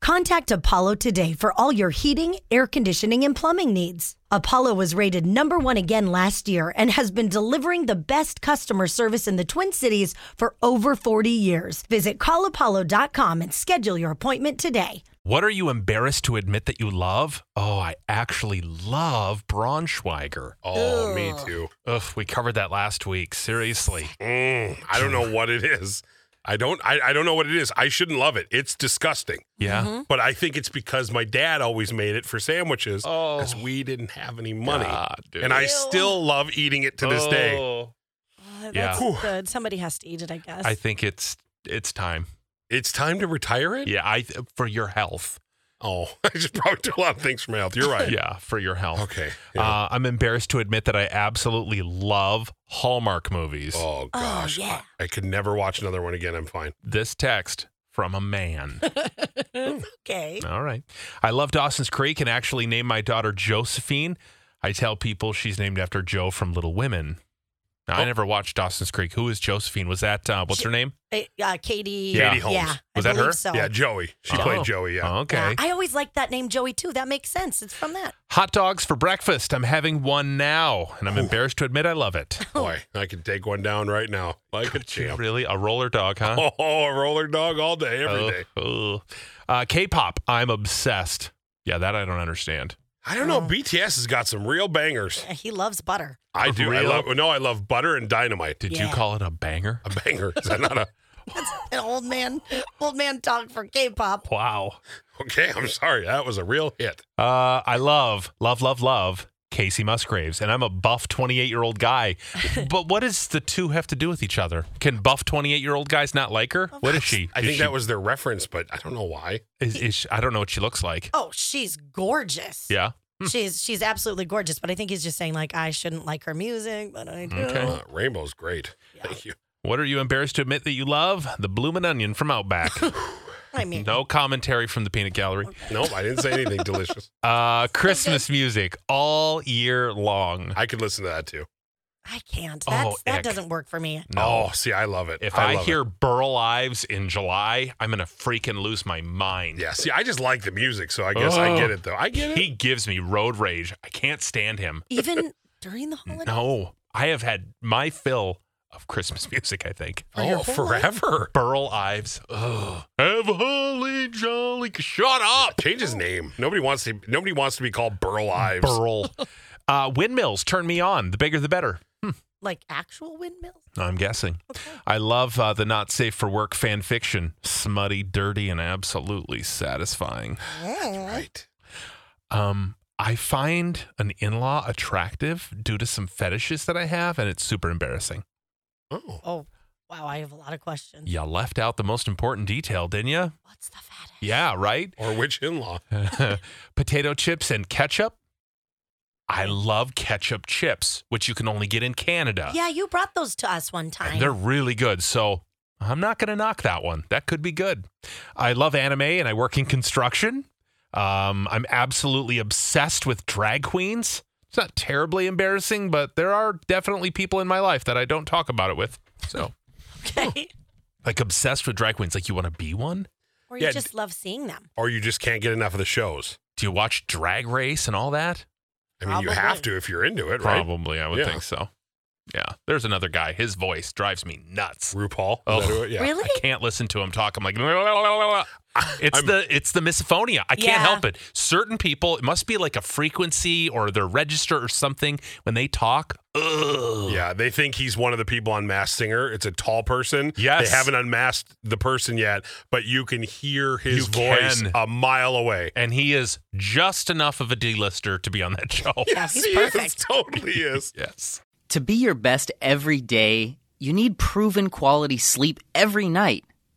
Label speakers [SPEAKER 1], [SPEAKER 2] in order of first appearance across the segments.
[SPEAKER 1] Contact Apollo today for all your heating, air conditioning, and plumbing needs. Apollo was rated number one again last year and has been delivering the best customer service in the Twin Cities for over 40 years. Visit callapollo.com and schedule your appointment today.
[SPEAKER 2] What are you embarrassed to admit that you love? Oh, I actually love Braunschweiger.
[SPEAKER 3] Oh, me too.
[SPEAKER 2] Ugh, we covered that last week. Seriously.
[SPEAKER 3] Mm, I don't know what it is. I don't. I, I don't know what it is. I shouldn't love it. It's disgusting.
[SPEAKER 2] Yeah.
[SPEAKER 4] Mm-hmm.
[SPEAKER 3] But I think it's because my dad always made it for sandwiches
[SPEAKER 2] Oh.
[SPEAKER 3] because we didn't have any money,
[SPEAKER 2] God, dude.
[SPEAKER 3] and I
[SPEAKER 4] Ew.
[SPEAKER 3] still love eating it to this day.
[SPEAKER 2] Oh.
[SPEAKER 4] Oh,
[SPEAKER 2] Yeah.
[SPEAKER 4] that's good. Somebody has to eat it, I guess.
[SPEAKER 2] I think it's it's time.
[SPEAKER 3] It's time to retire it.
[SPEAKER 2] Yeah, I th- for your health.
[SPEAKER 3] Oh, I just probably do a lot of things for my health. You're right.
[SPEAKER 2] Yeah, for your health.
[SPEAKER 3] Okay. Yeah.
[SPEAKER 2] Uh, I'm embarrassed to admit that I absolutely love Hallmark movies.
[SPEAKER 3] oh gosh.
[SPEAKER 4] yeah.
[SPEAKER 3] I, I could never watch another one again. I'm fine.
[SPEAKER 2] This text from a man.
[SPEAKER 4] okay.
[SPEAKER 2] All right. I love Dawson's Creek and actually named my daughter Josephine. I tell people she's named after Joe from Little Women. Now, I
[SPEAKER 3] Oh.
[SPEAKER 2] never watched Dawson's Creek. Who is Josephine? Was that uh, what's her name?
[SPEAKER 4] Uh, Katie.
[SPEAKER 2] Yeah.
[SPEAKER 3] Katie Holmes.
[SPEAKER 4] Yeah.
[SPEAKER 2] Was
[SPEAKER 4] I
[SPEAKER 2] that her?
[SPEAKER 4] believe So.
[SPEAKER 3] Yeah, Joey. She
[SPEAKER 2] Oh.
[SPEAKER 3] played Joey. Yeah.
[SPEAKER 2] Okay.
[SPEAKER 4] Yeah, I always liked that name Joey too. That makes sense. It's from that.
[SPEAKER 2] Hot dogs for breakfast. I'm having one now, and I'm
[SPEAKER 3] Ooh.
[SPEAKER 2] embarrassed to admit I love it.
[SPEAKER 3] Boy, I could take one down right now like a
[SPEAKER 2] Gee,
[SPEAKER 3] champ.
[SPEAKER 2] Really, a roller dog, huh?
[SPEAKER 3] Oh, a roller dog all day, every day.
[SPEAKER 2] Oh, oh. Uh, K-pop. I'm obsessed. Yeah, that I don't understand.
[SPEAKER 3] I don't know. BTS has got some real bangers.
[SPEAKER 4] Yeah, He loves butter.
[SPEAKER 3] I do. I
[SPEAKER 2] Real?
[SPEAKER 3] love. No, I love butter and dynamite.
[SPEAKER 2] Did you
[SPEAKER 4] Yeah.
[SPEAKER 2] call it a banger?
[SPEAKER 3] A banger. Is that not a?
[SPEAKER 4] An old man, old man dog for K-pop.
[SPEAKER 2] Wow.
[SPEAKER 3] Okay, I'm sorry. That was a real hit.
[SPEAKER 2] Uh, I love, love, love, love Casey Musgraves, and I'm a buff 28 year old guy. but what does the two have to do with each other? Can buff 28 year old guys not like her? What is she?
[SPEAKER 3] I
[SPEAKER 2] Is
[SPEAKER 3] think
[SPEAKER 2] she-
[SPEAKER 3] that was their reference, but I don't know why.
[SPEAKER 2] Is, is she- I don't know what she looks like.
[SPEAKER 4] Oh, she's gorgeous.
[SPEAKER 2] Yeah. Hmm.
[SPEAKER 4] She's she's absolutely gorgeous, but I think he's just saying like I shouldn't like her music, but I do.
[SPEAKER 2] Okay.
[SPEAKER 3] Uh, Rainbow's great. Thank you.
[SPEAKER 2] What are you embarrassed to admit that you love? The Bloomin' Onion from Outback.
[SPEAKER 4] I mean,
[SPEAKER 2] no commentary from the peanut gallery.
[SPEAKER 3] Nope, I didn't say anything delicious.
[SPEAKER 2] Uh, Christmas music all year long.
[SPEAKER 3] I could listen to that too.
[SPEAKER 4] I can't.
[SPEAKER 2] Oh,
[SPEAKER 4] That's, that
[SPEAKER 2] ick.
[SPEAKER 4] doesn't work for me.
[SPEAKER 3] Oh, see, I love it.
[SPEAKER 2] If
[SPEAKER 3] I,
[SPEAKER 2] I,
[SPEAKER 3] love
[SPEAKER 2] hear
[SPEAKER 3] it.
[SPEAKER 2] Burl Ives in July, I'm gonna freaking lose my mind.
[SPEAKER 3] yeah, see, I just like the music, so I guess I
[SPEAKER 2] Oh.
[SPEAKER 3] get it though. I get
[SPEAKER 2] He
[SPEAKER 3] it.
[SPEAKER 2] gives me road rage. I can't stand him.
[SPEAKER 4] Even during the holiday.
[SPEAKER 2] No, I have had my fill of Christmas music. I think
[SPEAKER 4] For your
[SPEAKER 3] oh,
[SPEAKER 4] whole
[SPEAKER 3] forever.
[SPEAKER 2] Burl Ives. Ugh. Have a holy jolly. Shut up,
[SPEAKER 3] Change his name. Nobody wants to. Nobody wants to be called Burl Ives.
[SPEAKER 2] Burl. uh, windmills turn me on. The bigger, the better.
[SPEAKER 4] Like actual windmills.
[SPEAKER 2] I'm guessing.
[SPEAKER 4] Okay.
[SPEAKER 2] I love uh, the not safe for work fan fiction. Smutty, dirty, and absolutely satisfying.
[SPEAKER 3] Right.
[SPEAKER 2] Um, I find an in law attractive due to some fetishes that I have, and it's super embarrassing.
[SPEAKER 3] Oh,
[SPEAKER 4] Oh, wow. I have a lot of questions.
[SPEAKER 2] You left out the most important detail, didn't you?
[SPEAKER 4] What's the fetish?
[SPEAKER 2] Yeah, right?
[SPEAKER 3] or which in-law?
[SPEAKER 2] Potato chips and ketchup. I love ketchup chips, which you can only get in Canada.
[SPEAKER 4] Yeah, you brought those to us one time.
[SPEAKER 2] And they're really good. So I'm not going to knock that one. That could be good. I love anime and I work in construction. Um, I'm absolutely obsessed with drag queens. It's not terribly embarrassing, but there are definitely people in my life that I don't talk about it with. So,
[SPEAKER 4] okay.
[SPEAKER 2] like, obsessed with drag queens. Like, you want to be one?
[SPEAKER 4] Or you
[SPEAKER 3] Yeah,
[SPEAKER 4] just love seeing them.
[SPEAKER 3] Or you just can't get enough of the shows.
[SPEAKER 2] Do you watch Drag Race and all that?
[SPEAKER 3] I mean, you have
[SPEAKER 4] Probably.
[SPEAKER 3] to if you're into it, right?
[SPEAKER 2] Probably, I would
[SPEAKER 3] Yeah.
[SPEAKER 2] think so. Yeah. There's another guy. His voice drives me nuts.
[SPEAKER 3] RuPaul.
[SPEAKER 2] Oh.
[SPEAKER 3] Is that who it- yeah.
[SPEAKER 4] Really?
[SPEAKER 2] I can't listen to him talk. I'm like, "La, la, la, la, la." it's
[SPEAKER 3] I'm-
[SPEAKER 2] the it's the misophonia. I can't
[SPEAKER 4] Yeah.
[SPEAKER 2] help it. Certain people, it must be like a frequency or their register or something when they talk. Ugh.
[SPEAKER 3] Yeah, they think he's one of the people on Masked Singer. It's a tall person.
[SPEAKER 2] Yes.
[SPEAKER 3] They haven't unmasked the person yet, but you can hear his
[SPEAKER 2] You
[SPEAKER 3] voice
[SPEAKER 2] can.
[SPEAKER 3] a mile away.
[SPEAKER 2] And he is just enough of a D-lister to be on that show.
[SPEAKER 4] Yeah, he's
[SPEAKER 3] he Is,
[SPEAKER 4] perfect.
[SPEAKER 3] totally is.
[SPEAKER 2] Yes.
[SPEAKER 5] To be your best every day, you need proven quality sleep every night.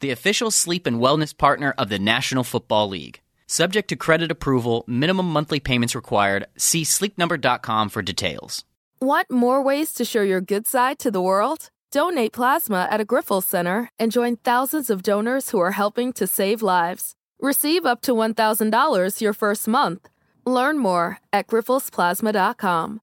[SPEAKER 5] the official sleep and wellness partner of the National Football League. Subject to credit approval, minimum monthly payments required. See sleepnumber.com for details.
[SPEAKER 6] Want more ways to show your good side to the world? Donate plasma at a Griffel Center and join thousands of donors who are helping to save lives. Receive up to $1,000 your first month. Learn more at griffelsplasma.com.